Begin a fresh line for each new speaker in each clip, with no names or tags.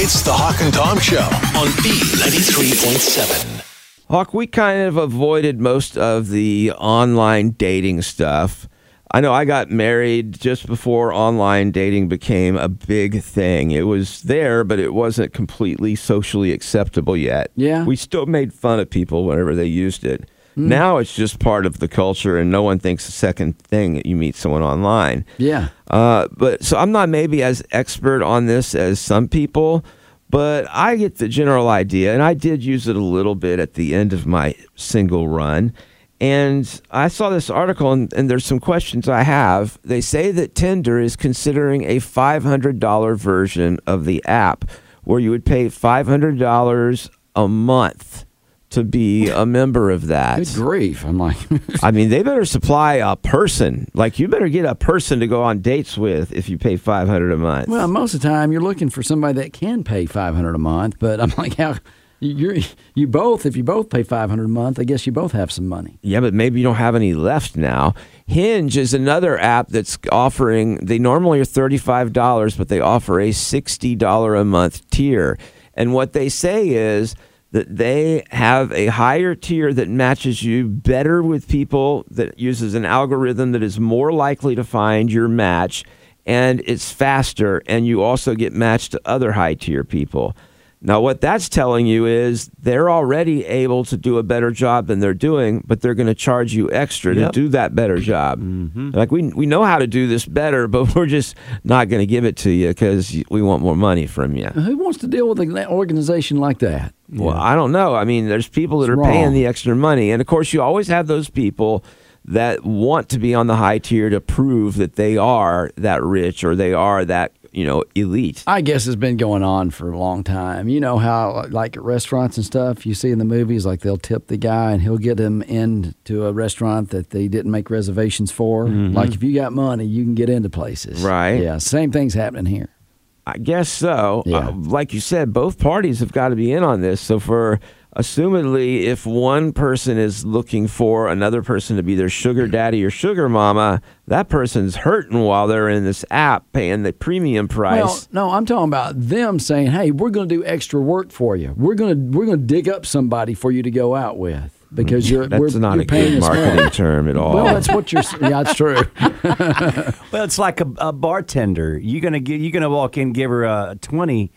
It's the Hawk and Tom Show on B93.7.
Hawk, we kind of avoided most of the online dating stuff. I know I got married just before online dating became a big thing. It was there, but it wasn't completely socially acceptable yet.
Yeah.
We still made fun of people whenever they used it. Now it's just part of the culture, and no one thinks a second thing that you meet someone online.
Yeah.
Uh, but so I'm not maybe as expert on this as some people, but I get the general idea, and I did use it a little bit at the end of my single run. And I saw this article, and, and there's some questions I have. They say that Tinder is considering a $500 version of the app where you would pay $500 a month to be a member of that.
Good grief. I'm like,
I mean, they better supply a person. Like, you better get a person to go on dates with if you pay five hundred a month.
well, most of the time you're looking for somebody that can pay 500 a month, but I'm like, how you're, you both, if you both pay 500 a month, I guess you both have some money.
yeah, but maybe you don't have any left now. Hinge is another app that's offering. They normally are thirty five dollars, but they offer a sixty dollar a month tier. And what they say is that they have a higher tier that matches you better with people that uses an algorithm that is more likely to find your match and it's faster and you also get matched to other high tier people now what that's telling you is they're already able to do a better job than they're doing but they're going to charge you extra to do that better job
Mm-hmm.
like we, we know how to do this better but we're just not going to give it to you because we want more money from you
Who wants to deal with an organization like that?
well, I don't know. I mean, there's people that
It's
are paying
wrong.
the extra money. And of course, you always have those people that want to be on the high tier to prove that they are that rich or they are that, you know, elite.
I guess it's been going on for a long time. You know how, like at restaurants and stuff, you see in the movies, like they'll tip the guy and he'll get him into a restaurant that they didn't make reservations for. Like if you got money, you can get into places.
Right.
Yeah. Same thing's happening here.
I guess so.
Yeah.
Uh, like you said, both parties have got to be in on this. So, for assumedly, if one person is looking for another person to be their sugar daddy or sugar mama, that person's hurting while they're in this app paying the premium price.
Well, no, I'm talking about them saying, "Hey, we're going to do extra work for you. We're going to we're going to dig up somebody for you to go out with because you're
That's
we're,
not
you're
a
paying
good
us more."
marketing term at all.
Well, that's what you're. s- Yeah, it's true.
Well, it's like a, a bartender. You're gonna get, you're gonna walk in, give her a twenty.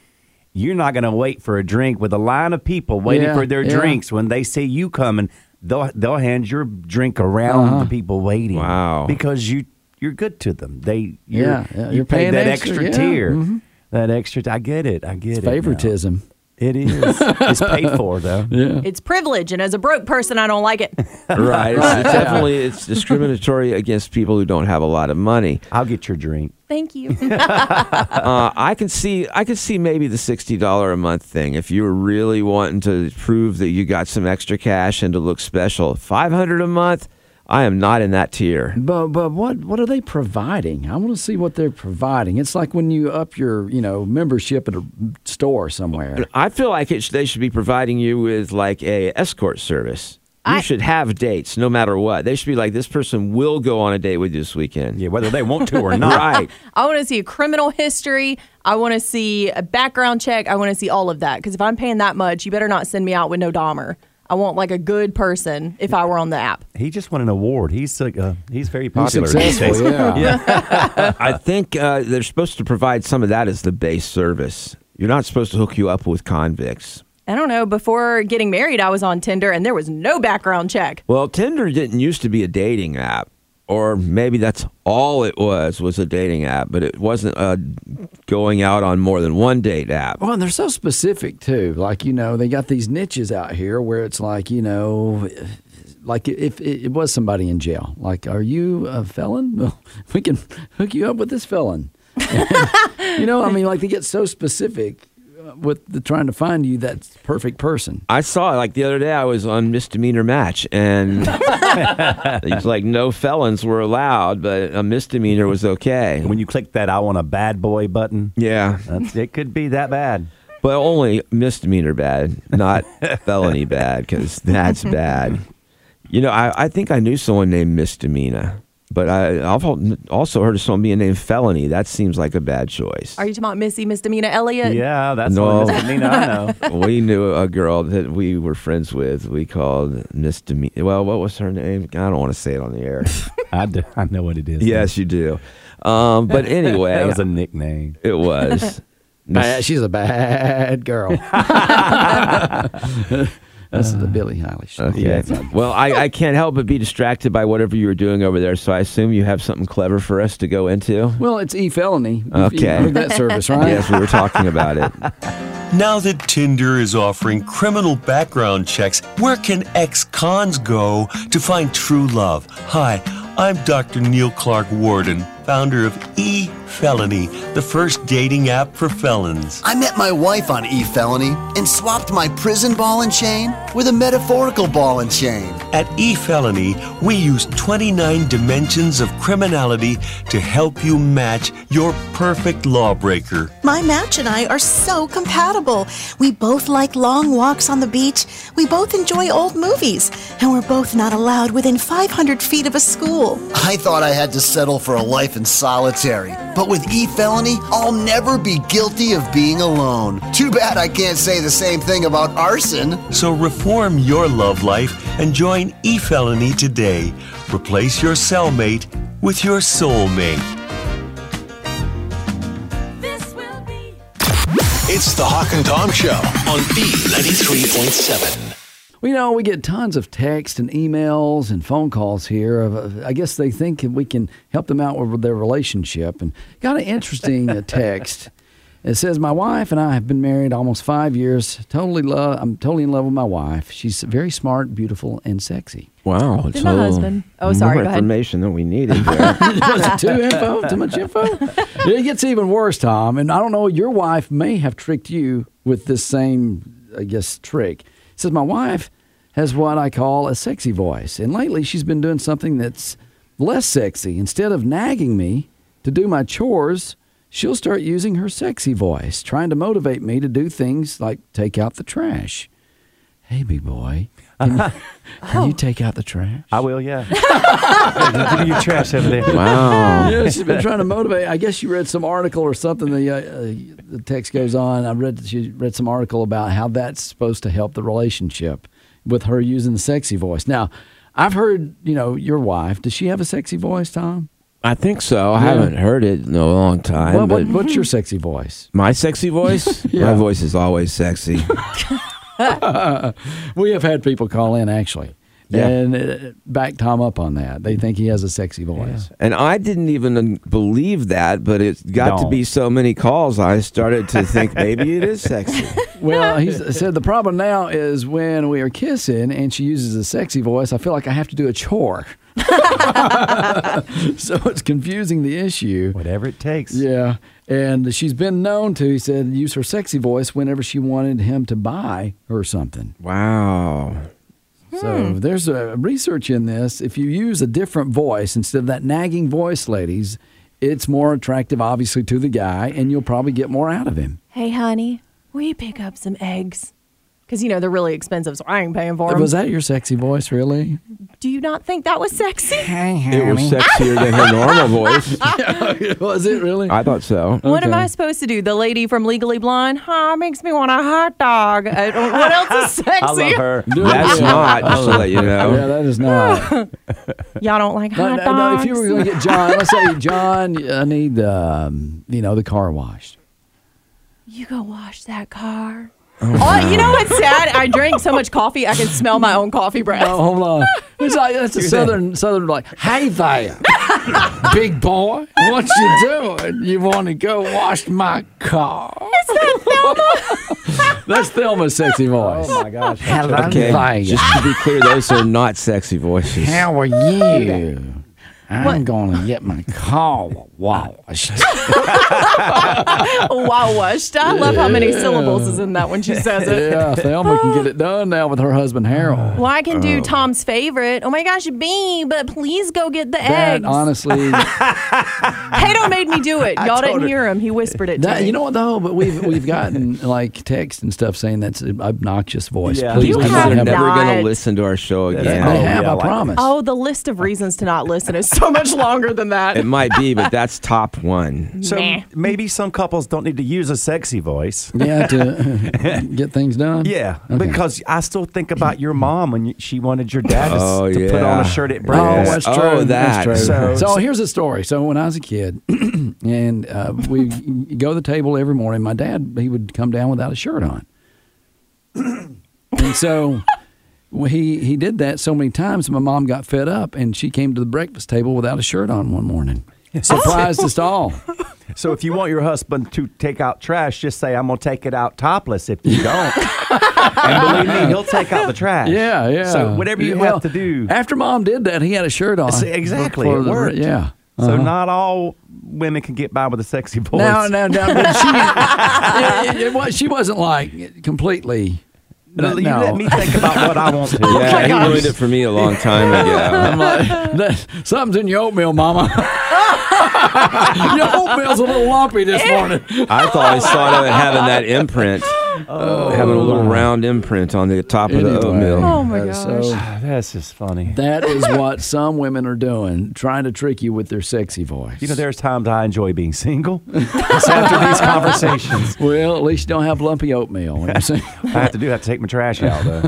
You're not gonna wait for a drink with a line of people waiting
Yeah,
for their
yeah.
drinks. When they see you coming, they'll they'll hand your drink around
Uh-huh.
the people waiting.
Wow.
Because you you're good to them. They you're,
Yeah, yeah,
you
you're
pay
paying
that
extra,
extra,
yeah, mm-hmm.
tier. That extra. I get it. I get it. now.
Favoritism.
It is. it's paid for though.
It's privilege, and as a broke person, I don't like it.
right. It's, it's definitely it's discriminatory against people who don't have a lot of money.
I'll get your drink.
Thank you.
Uh, I can see I can see maybe the sixty dollar a month thing if you were really wanting to prove that you got some extra cash and to look special. Five hundred a month. I am not in that tier.
But but what what are they providing? I want to see what they're providing. It's like when you up your you know membership at a store somewhere.
I feel like it sh- they should be providing you with like a escort service. You
I-
should have dates no matter what. They should be like this person will go on a date with you this weekend.
Yeah, whether they want to or not.
Right.
I want to see a criminal history. I want to see a background check. I want to see all of that because if I'm paying that much, you better not send me out with no Dahmer. I want like a good person if I were on the app.
He just won an award. He's like, uh, he's very popular. these
successful,
days.
yeah.
I think uh, they're supposed to provide some of that as the base service. You're not supposed to hook you up with convicts.
I don't know. Before getting married, I was on Tinder and there was no background check.
Well, Tinder didn't used to be a dating app, or maybe that's all it was was a dating app, but it wasn't a going out on more than one date app.
Well, and they're so specific too. Like you know, they got these niches out here where it's like you know, like if it, it was somebody in jail, like, are you a felon? Well, we can hook you up with this felon. you know, I mean, like they get so specific uh, with the trying to find you that perfect person.
I saw like the other day I was on misdemeanor match and it's like no felons were allowed, but a misdemeanor was okay.
When you click that "I want a bad boy" button,
Yeah.
That's, it could be that bad.
But only misdemeanor bad, not felony bad, because that's bad. You know, I, I think I knew someone named Misdemeanor. But I, I've al- also heard of someone being named Felony. That seems like a bad choice.
Are you talking about Missy Misdemeanor Elliott?
Yeah, that's
No.
what it means. I know.
we knew a girl that we were friends with. We called Miss Demi. Well, what was her name? I don't want to say it on the air.
I, do, I know what it is.
yes, you do. Um, but anyway,
that was a nickname.
it was.
Bad, she's a bad girl. That's the Billie Eilish.
Okay. well, I, I can't help but be distracted by whatever you were doing over there. So I assume you have something clever for us to go into.
Well, it's e felony.
Okay.
You heard that service, right?
Yes, we were talking about it.
Now that Tinder is offering criminal background checks, where can ex cons go to find true love? Hi, I'm Dr. Neil Clark Warden, founder of E Felony, the first dating app for felons.
I met my wife on eFelony and swapped my prison ball and chain with a metaphorical ball and chain.
At eFelony, we use 29 dimensions of criminality to help you match your perfect lawbreaker.
My match and I are so compatible. We both like long walks on the beach. We both enjoy old movies. And we're both not allowed within 500 feet of a school.
I thought I had to settle for a life in solitary, but with eFelony, I'll never be guilty of being alone. Too bad I can't say the same thing about arson.
So reform your love life and join eFelony today. Replace your cellmate with your soulmate. It's the Hawk and Tom Show on B93.7.
We know we get tons of text and emails and phone calls here. Of, of- I guess they think we can help them out with their relationship. And got an interesting uh, text. It says, "My wife and I have been married almost five years. Totally love. I'm totally in love with my wife. She's very smart, beautiful, and sexy."
Wow. it's
my
a-
husband. Oh, sorry,
More
go ahead.
information than we needed there.
Was it too info? Too much info? It gets even worse, Tom. And I don't know, your wife may have tricked you with this same, I guess, trick. It says, My wife has what I call a sexy voice. And lately she's been doing something that's less sexy. Instead of nagging me to do my chores, she'll start using her sexy voice, trying to motivate me to do things like take out the trash. Hey, big boy. Can you, can you take out the trash?
I will, yeah. Give me your trash over there.
wow.
yeah, she's been trying to motivate. I guess you read some article or something. The, uh, uh, the text goes on. I read she read some article about how that's supposed to help the relationship with her using the sexy voice. Now, I've heard you know your wife. Does she have a sexy voice, Tom?
I think so. I haven't heard it in a long time.
Well, what,
but
what's your sexy voice?
my sexy voice?
Yeah.
My voice is always sexy.
We have had people call in actually,
Yeah.
and uh, back Tom up on that. They think he has a sexy voice.
And I didn't even believe that, but it's got to
Don't.
be so many calls. I started to think maybe it is sexy.
Well, he s- said the problem now is when we are kissing and she uses a sexy voice, I feel like I have to do a chore. so it's confusing the issue.
Whatever it takes.
Yeah. And she's been known to, he said, use her sexy voice whenever she wanted him to buy her something.
Wow.
So there's a research in this. If you use a different voice instead of that nagging voice, ladies, it's more attractive, obviously, to the guy, and you'll probably get more out of him.
Hey, honey, will you pick up some eggs? Because, you know, they're really expensive, so I ain't paying for them.
Was that your sexy voice, really?
Do you not think that was sexy?
It was sexier than her normal voice.
was it really?
I thought so.
What am I supposed to do? The lady from Legally Blonde? Huh, makes me want a hot dog. I don't- what else is sexy?
I love her.
That's not, just to let you
Yeah,
know.
that is not.
Y'all don't like
no,
hot
no, no,
dogs?
if you were going to get John, let's say John, I need um, you know the car washed.
You go wash that car. Oh, you know what's sad? I drank so much coffee, I can smell my own coffee breath.
Oh, hold on. It's like that's a southern southern like. Hey there, big boy, what you doing? You want to go wash my car? Is that Thelma? that's Thelma's sexy voice.
Oh my gosh.
Okay.
Fine.
Just to be clear, those are not sexy voices.
How are you? I'm gonna get my car washed.
Wow, washed. I love how many syllables is in that when she says it.
yeah, Thelma can get it done now with her husband Harold.
Well, I can do Tom's favorite. Oh my gosh, B, but please go get the
That
eggs.
honestly,
Tato made me do it. Y'all didn't hear him. He whispered it to
That,
me.
you know what though, but we've we've gotten like text and stuff saying that's an obnoxious voice.
Yeah. Oh,
Please
You
do
They're
have
not
never
have
not-
going to listen to our show
that.
again.
They have,
Yeah,
I
like-
promise.
oh, the list of reasons to not listen is so so much longer than that.
It might be, but that's top one.
So
Nah.
maybe some couples don't need to use a sexy voice.
yeah, to get things done.
Yeah,
Okay.
because I still think about your mom when you- she wanted your dad to, s-
Oh,
to put on
yeah.
a shirt at
Oh,
breakfast.
that's
Oh,
true.
that.
That's true.
So-
So, here's a story. So when I was a kid, and uh, we go to the table every morning, my dad he would come down without a shirt on, and so well, he he did that so many times. My mom got fed up, and she came to the breakfast table without a shirt on one morning.
Uh, Oh.
Surprised us all.
So if you want your husband to take out trash, just say, I'm going to take it out topless if you don't. and believe me, he'll take out the trash.
Yeah, yeah.
So whatever you
Well,
have to do.
After mom did that, he had a shirt on.
See, exactly.
For
It
the-
worked.
Yeah. uh-huh.
So not all women can get by with a sexy voice.
No, no, no. But she, it, it, it, wa- she wasn't like completely.
But You
no.
let me think about what I want to.
Oh
Yeah, he ruined it for me a long time ago.
I'm like, "That- something's in your oatmeal, Mama. your oatmeal's a little lumpy this morning.
I thought I saw it having that imprint, having a little round imprint on the top of the
Oh. Anyway.
oatmeal.
oh my
And
gosh.
So
That's just funny.
that is what some women are doing, trying to trick you with their sexy voice.
You know, there's times I enjoy being single. It's after these conversations.
well, at least you don't have lumpy oatmeal. you know what I'm saying?
I have to do have to take my trash out though.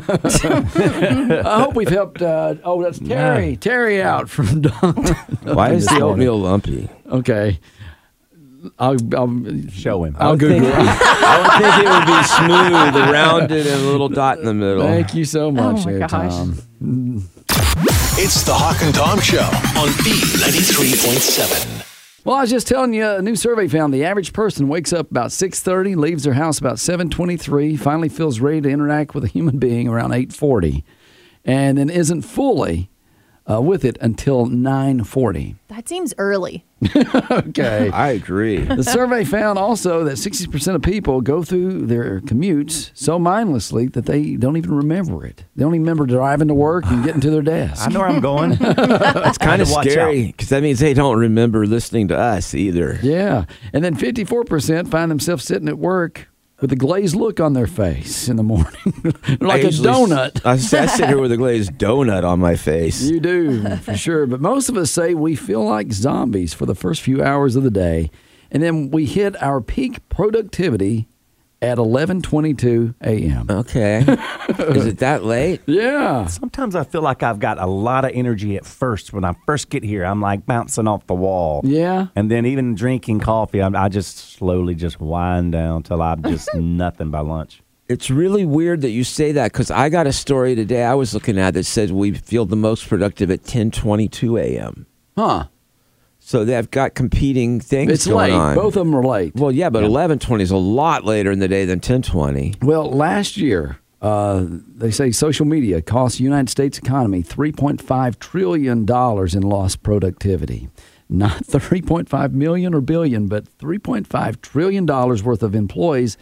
I hope we've helped. Uh, oh, that's Terry. Terry out from Don.
Why is the oatmeal lumpy?
okay. I'll, I'll
Show him.
I'll Google. it.
I would think it would be smooth, rounded, and a little dot in the middle.
Thank you so much,
Oh my
there,
gosh.
Tom.
It's the Hawk and Tom Show on B93.7.
Well, I was just telling you, a new survey found the average person wakes up about 6.30, leaves their house about 7.23, finally feels ready to interact with a human being around 8.40, and then isn't fully uh, with it until 9.40.
that seems early.
Okay.
I agree.
the survey found also that 60% of people go through their commutes so mindlessly that they don't even remember it. They don't even remember driving to work and getting to their desk.
I know where I'm going.
It's kind of
watch out.
scary because that means they don't remember listening to us either.
Yeah. And then 54% find themselves sitting at work with a glazed look on their face in the morning, like
I
a
usually s-
donut.
I, s- I sit here with a glazed donut on my face.
You do, for sure. But most of us say we feel like zombies for the first few hours of the day, and then we hit our peak productivity at 11:22 a.m.
Uh,
Okay. Is it that late?
Yeah.
Sometimes I feel like I've got a lot of energy at first. When I first get here, I'm like bouncing off the wall.
Yeah.
And then even drinking coffee, I'm, I just slowly just wind down till I'm just nothing by lunch.
It's really weird that you say that because I got a story today I was looking at that said we feel the most productive at 10:22 a.m.
Huh.
So they've got competing things
It's
going
late.
on.
Both of them are late.
Well, yeah, but 11:20 is a lot later in the day than 10:20.
Well, last year, uh, they say social media cost the United States economy $3.5 trillion in lost productivity. Not 3.5 million or billion, but $3.5 trillion worth of employees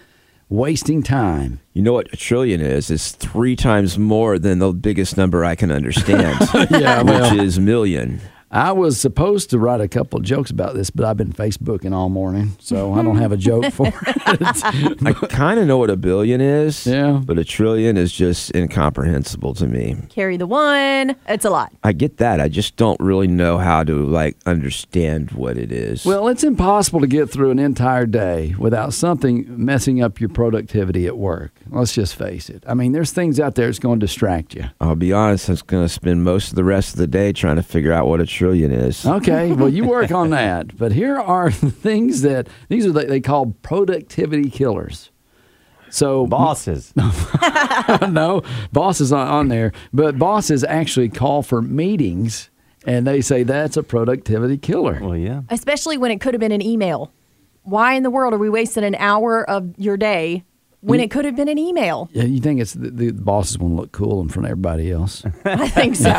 wasting time.
You know what a trillion is? It's three times more than the biggest number I can understand,
Yeah, well.
which is million.
I was supposed to write a couple of jokes about this, but I've been Facebooking all morning, so I don't have a joke for it.
I kind of know what a billion is,
Yeah.
but a trillion is just incomprehensible to me.
Carry the one. It's a lot.
I get that. I just don't really know how to like understand what it is.
well, it's impossible to get through an entire day without something messing up your productivity at work. Let's just face it. I mean, there's things out there that's going to distract you.
I'll be honest, I was going to spend most of the rest of the day trying to figure out what a trillion is.
Okay, well, you work on that. But here are the things that these are what they call productivity killers. So,
Bosses.
no, bosses on, on there, but bosses actually call for meetings and they say that's a productivity killer.
well, yeah.
Especially when it could have been an email. Why in the world are we wasting an hour of your day when it could have been an email?
Yeah, you think it's the, the bosses want to look cool in front of everybody else?
I think so.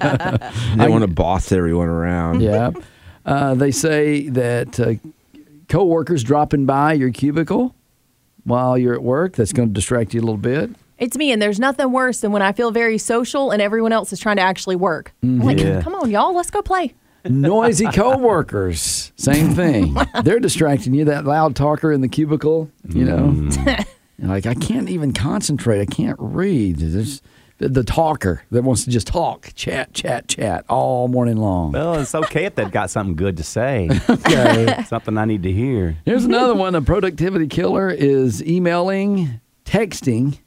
They want to boss everyone around.
yeah. Uh, they say that uh, coworkers dropping by your cubicle while you're at work that's going to distract you a little bit.
it's me, and there's nothing worse than when I feel very social and everyone else is trying to actually work. I'm like,
Yeah.
come on, y'all, let's go play.
Noisy coworkers, same thing. They're distracting you. That loud talker in the cubicle, you know. You're like I can't even concentrate. I can't read. There's the, the talker that wants to just talk, chat, chat, chat all morning long.
Well, it's okay if they've got something good to say. Something I need to hear.
Here's another one. A productivity killer is emailing, texting,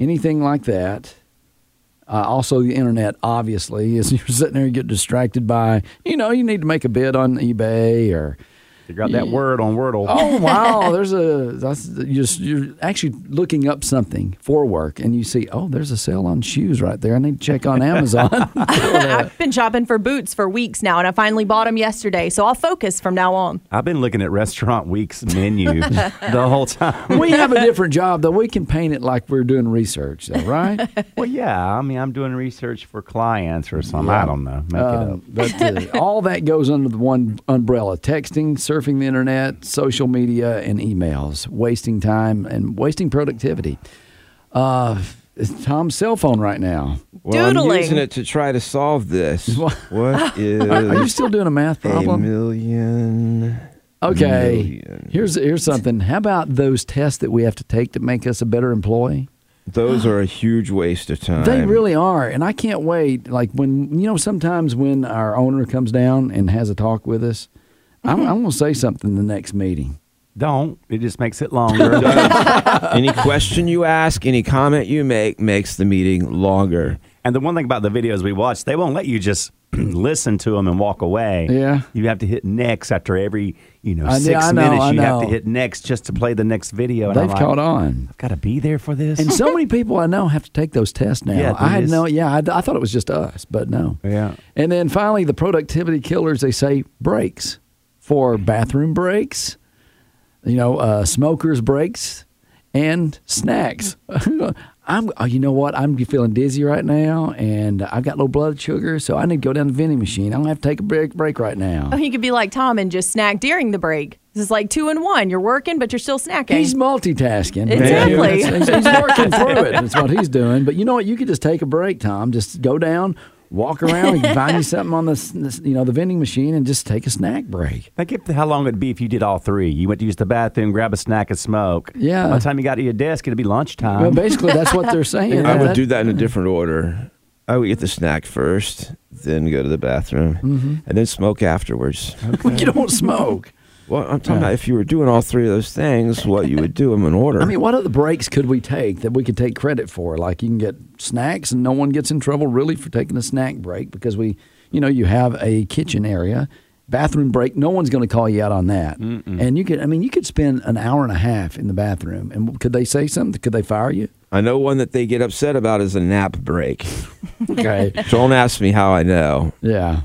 anything like that. Uh, also, the internet, obviously, is you're sitting there, you get distracted by, you know, you need to make a bid on eBay or,
Figure out that word on Wordle.
oh, wow, there's a, that's, you just, you're actually looking up something for work and you see, oh, there's a sale on shoes right there. I need to check on Amazon.
I've been shopping for boots for weeks now, and I finally bought them yesterday. So I'll focus from now on.
I've been looking at Restaurant Week's menu the whole time.
we have a different job, though. We can paint it like we're doing research, though, right?
Well, yeah. I mean, I'm doing research for clients or something. I don't know. Make it up.
Um, but uh, all that goes under the one umbrella texting, surfing the internet, social media, and emails, wasting time and wasting productivity. Uh, it's Tom's cell phone right now.
Well, I'm
Doodling.
using it to try to solve this. what
Are you
is
still doing a math
a
problem?
million?
Okay.
million.
Here's here's something. How about those tests that we have to take to make us a better employee?
Those are a huge waste of time.
They really are, and I can't wait. Like when you know, sometimes when our owner comes down and has a talk with us, I'm, I'm going to say something the next meeting.
Don't. It just makes it longer.
any question you ask, any comment you make, makes the meeting longer.
and the one thing about the videos we watch, they won't let you just listen to them and walk away.
Yeah.
You have to hit next after every, you know,
I know-
six
I know,
minutes.
I
you have
know.
to hit next just to play the next video. And
They've
I'm like,
caught on,
I've got to be there for this.
and so many people I know have to take those tests now.
Yeah,
I had
these-
no, yeah, I, I thought it was just us, but no.
Yeah.
And then finally, the productivity killers. They say breaks for bathroom breaks, you know, uh, smokers breaks, and snacks. I'm, oh, you know what? I'm feeling dizzy right now, and I've got low blood sugar, so I need to go down to the vending machine. I'm gonna have to take a break, break right now.
You could be like Tom and just snack during the break. This is like two in one. You're working, but you're still snacking.
He's multitasking.
Exactly.
He's, he's working through it. That's what he's doing. But you know what? You could just take a break, Tom. Just go down, walk around, and find you something on the, s- you know, the vending machine, and just take a snack break.
Think if how long it'd be if you did all three. You went to use the bathroom, grab a snack, and smoke.
Yeah.
By the time you got to your desk, it'd be lunchtime.
Well, basically, that's what they're saying.
I would
That-
do that in a different order. I would get the snack first, then go to the bathroom,
Mm-hmm.
and then smoke afterwards.
you don't smoke.
Well, I'm talking about if you were doing all three of those things, what you would do them in order.
I mean, what other breaks could we take that we could take credit for? Like you can get snacks, and no one gets in trouble really for taking a snack break because we, you know, you have a kitchen area, bathroom break. No one's going to call you out on that. And you could, I mean, you could spend an hour and a half in the bathroom, and could they say something? Could they fire you?
I know one that they get upset about is a nap break.
Okay,
Don't ask me how I know.
yeah.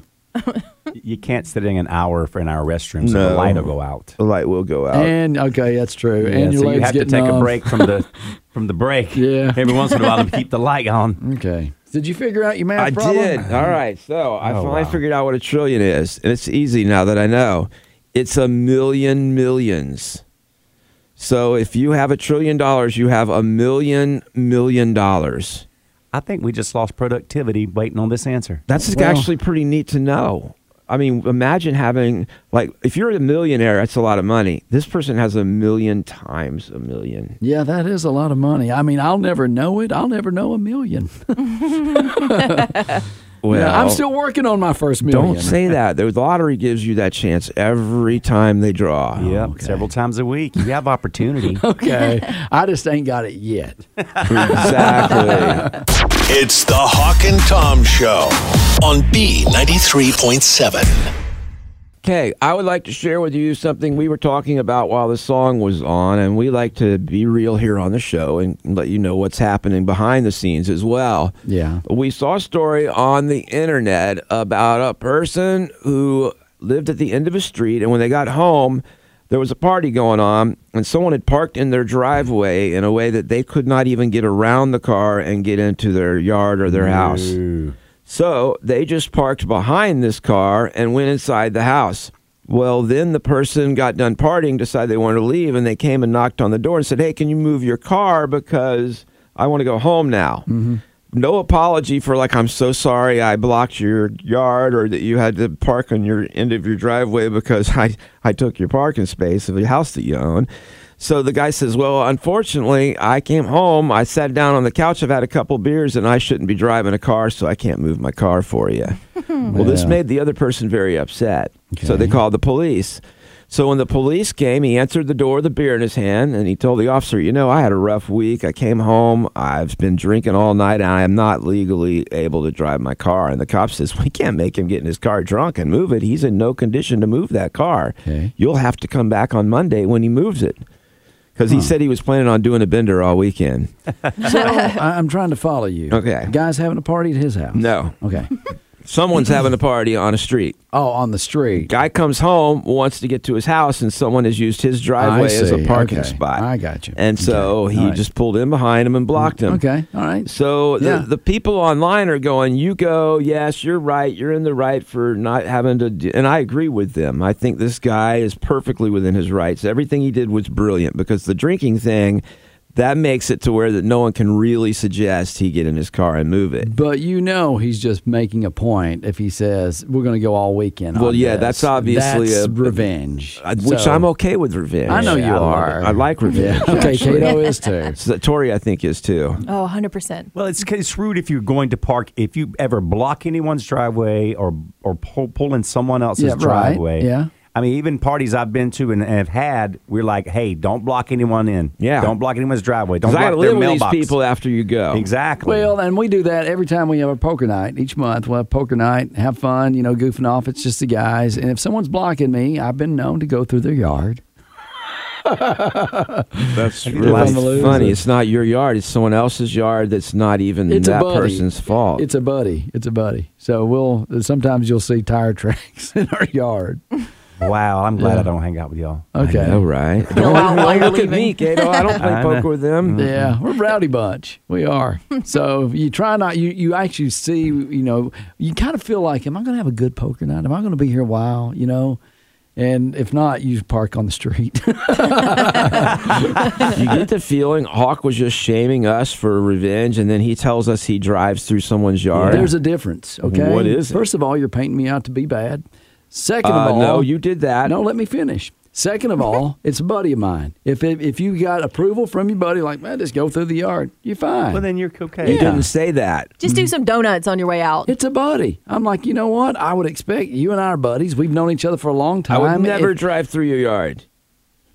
you can't sit in an hour for in our restrooms. so The
No.
light will go out.
The light will go out.
And okay, that's true.
Uh, Yeah,
and your
so
legs
you have to
getting
take a
numb.
break from the from the break.
Yeah.
Every once in a while to keep the light on.
Okay. Did you figure out your math
I
problem?
did. All right. So I
Oh,
finally
wow.
figured out what a trillion is. And it's easy now that I know. It's a million millions. So if you have a trillion dollars, you have a million million dollars.
I think we just lost productivity waiting on this answer.
That's
Well-
actually pretty neat to know. I mean, imagine having, like, if you're a millionaire, that's a lot of money. This person has a million times a million.
Yeah, that is a lot of money. I mean, I'll never know it. I'll never know a million.
Well,
Yeah, I'm still working on my first million.
Don't say that. The lottery gives you that chance every time they draw.
yep. Several times a week. You have opportunity.
Okay, I just ain't got it yet.
Exactly.
It's the Hawk and Tom Show on B93.7.
Okay, I would like to share with you something we were talking about while the song was on, and we like to be real here on the show and let you know what's happening behind the scenes as well.
Yeah.
We saw a story on the internet about a person who lived at the end of a street, and when they got home, there was a party going on, and someone had parked in their driveway in a way that they could not even get around the car and get into their yard or their house. So they just parked behind this car and went inside the house. Well, then the person got done partying, decided they wanted to leave, and they came and knocked on the door and said, Hey, can you move your car because I want to go home now? No apology for, like, I'm so sorry I blocked your yard or that you had to park on your end of your driveway because I, I took your parking space of the house that you own. So the guy says, Well, unfortunately, I came home. I sat down on the couch. I've had a couple beers and I shouldn't be driving a car, so I can't move my car for you. well, this
Yeah.
made the other person very upset. So they called the police. So when the police came, he answered the door with a beer in his hand and he told the officer, You know, I had a rough week. I came home. I've been drinking all night and I am not legally able to drive my car. And the cop says, We can't make him get in his car drunk and move it. He's in no condition to move that car.
Okay.
You'll have to come back on Monday when he moves it. Because he said he was planning on doing a bender all weekend.
I, I'm trying to follow you.
Okay.
Guys having a party at his house.
No.
Okay.
Someone's having a party on a street.
Oh, on the street.
Guy comes home, wants to get to his house, and someone has used his driveway as a
see.
parking
Okay.
spot.
I got you.
And so
Okay.
he
All right.
just pulled in behind him and blocked him.
Okay. All right.
So the,
Yeah.
the people online are going, you go, yes, you're right. You're in the right for not having to. Do, and I agree with them. I think this guy is perfectly within his rights. Everything he did was brilliant because the drinking thing, that makes it to where that no one can really suggest he get in his car and move it.
But you know he's just making a point if he says we're going to go all weekend.
Well,
on
yeah,
this."
that's obviously
That's
a-
revenge,
I- Which
So-
I'm okay with revenge.
I know you
love
are.
it. I like revenge.
Yeah. Okay,
actually.
Cato is too.
So Tori, I think, is too.
Oh, 100%.
Well, it's, it's rude if you're going to park, if you ever block anyone's driveway or or pull, pull in someone else's
Yeah, right.
driveway.
Yeah.
I mean, even parties I've been to and, and have had, we're like, hey, don't block anyone in.
Yeah.
Don't block anyone's driveway. Don't
Because I
block
gotta
their
live with
mailbox.
these people after you go.
Exactly.
Well, and we do that every time we have a poker night each month. We'll have poker night, have fun, you know, goofing off. It's just the guys. And if someone's blocking me, I've been known to go through their yard.
That's
I'm
really
a
loser.
funny. It's not your yard. It's someone else's yard. That's not even
It's
that
a buddy.
person's fault.
It's a buddy. It's a buddy. So we'll sometimes you'll see tire tracks in our yard.
wow, I'm glad I don't hang out with y'all.
Okay.
I know, right?
Go out while you're
look at me,
leaving.
Kato. I don't play
I know.
poker with them.
Yeah, we're a rowdy bunch. We are. So you try not you you actually see you know you kind of feel like am I going to have a good poker night? Am I going to be here a while? You know, and if not, you park on the street.
you get the feeling Hawk was just shaming us for revenge, and then he tells us he drives through someone's yard.
There's a difference. Okay,
What is it?
First of all, you're painting me out to be bad. Second
Uh,
of all,
no, you did that.
No, let me finish. Second of all, it's a buddy of mine. If if, if you got approval from your buddy, like man, just go through the yard. You're fine.
Well, then you're okay.
You didn't say that.
Just do some donuts on your way out.
It's a buddy. I'm like, you know what? I would expect you and I are buddies. We've known each other for a long
I
time.
would never
If-
drive through your yard.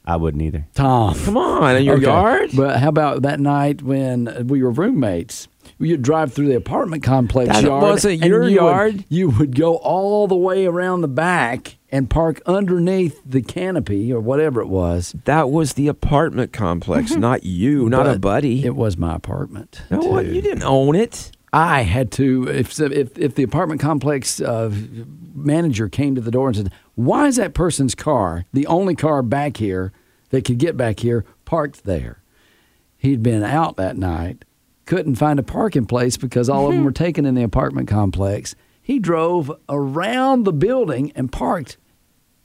I wouldn't either.
Tom.
Come on, in your
Okay.
yard.
But how about that night when we were roommates? You'd drive through the apartment complex
That
yard.
wasn't
and
your
you would-
yard.
you would go all the way around the back and park underneath the canopy or whatever it was.
That was the apartment complex, not you, not a
Mm-hmm. But
buddy.
It was my apartment.
no, what?
too.
you didn't own it.
I had to. If if if the apartment complex uh, manager came to the door and said, "Why is that person's car the only car back here that could get back here parked there?" He'd been out that night, couldn't find a parking place because all of them were taken in the apartment complex. He drove around the building and parked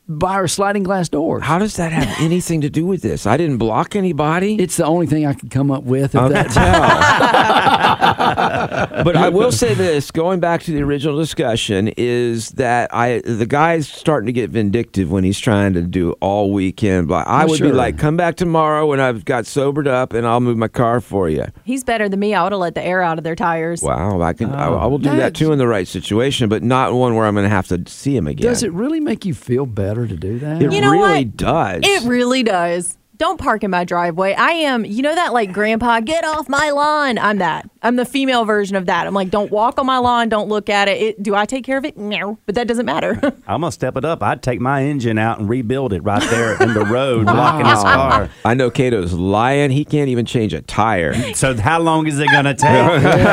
by our sliding glass doors.
How does that have anything to do with this? I didn't block anybody.
it's the only thing I could come up with. If that,
but I will say this: going back to the original discussion, is that I the guy's starting to get vindictive when he's trying to do all weekend. But I
Oh,
would be
sure.
like, "Come back tomorrow when I've got sobered up, and I'll move my car for you."
He's better than me. I would have let the air out of their tires.
Wow, I can. I,
Oh.
I will do that
That's-
too in the right situation, but not one where I'm going to have to see him again.
does it really make you feel better to do that?
It
You know
really
what?
does.
It really does. Don't park in my driveway. I am, you know, that like grandpa, get off my lawn. I'm that. I'm the female version of that. I'm like, don't walk on my lawn. Don't look at it. it do I take care of it? No, but that doesn't matter.
I'm gonna step it up. I'd take my engine out and rebuild it right there in the road, blocking his car.
I know Cato's lying. He can't even change a tire.
So how long is it gonna take? they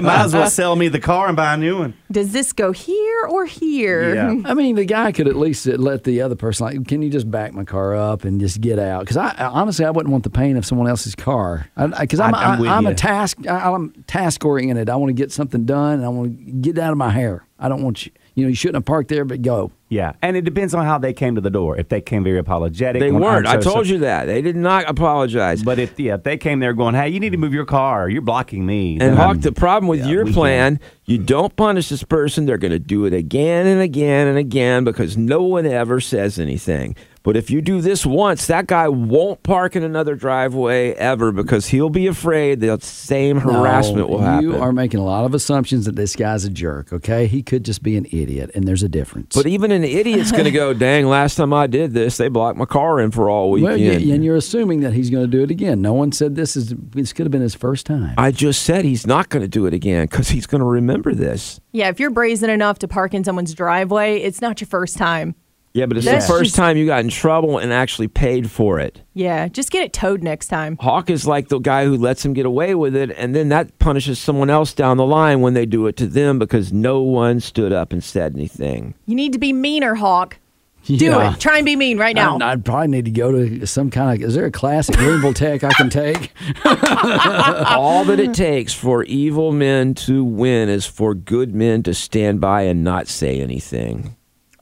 might as well sell me the car and buy a new one.
Does this go here or here?
Yeah.
I mean, the guy could at least let the other person like, can you just back my car up and just get out? Because I, I honestly, I wouldn't want the pain of someone else's car. Because I'm,
I- I'm
I,
with
I'm a
you.
task, I, I'm task oriented. I want to get something done. And I want to get out of my hair. I don't want you. You know, you shouldn't have parked there, but go.
Yeah, and it depends on how they came to the door. If they came very apologetic,
They
when, "I'm
weren't. I
so
told
sorry."
you that. They did not apologize.
But if yeah, if they came there going, "Hey, you need to move your car. You're blocking me." then
And Hawk,
I'm-
the problem with
yeah,
your
we
plan, you don't punish this person. They're going to do it again and again and again because no one ever says anything. But if you do this once, that guy won't park in another driveway ever because he'll be afraid the same harassment will happen.
You are making a lot of assumptions that this guy's a jerk. Okay, he could just be an idiot, and there's a difference.
But even an idiot's going to go, dang, last time I did this, they blocked my car in for all
well,
weekend.
y- and you're assuming that he's going to do it again. No one said this is this could have been his first time.
I just said he's not going to do it again because he's going to remember this.
Yeah, if you're brazen enough to park in someone's driveway, it's not your first time.
Yeah, but it's
That's
the first
just-
time you got in trouble and actually paid for it.
Yeah, just get it towed next time.
Hawk is like the guy who lets him get away with it, and then that punishes someone else down the line when they do it to them because no one stood up and said anything.
You need to be meaner, Hawk. Do
Yeah.
it. Try and be mean right now.
I'd, I'd probably need to go to some kind of. Is there a class at Greenville Tech I can take?
All that it takes for evil men to win is for good men to stand by and not say anything.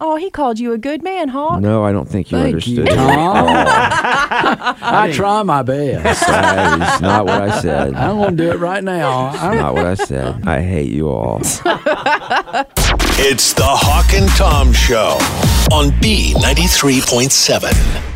oh, he called you a good man, Hawk.
No, I don't think you
Thank you,
understood.
Tom.
That
I try my best.
is not what I said.
I'm going to do it right now. I'm,
Not what I said. I hate you all.
It's the Hawk and Tom Show on B93.7.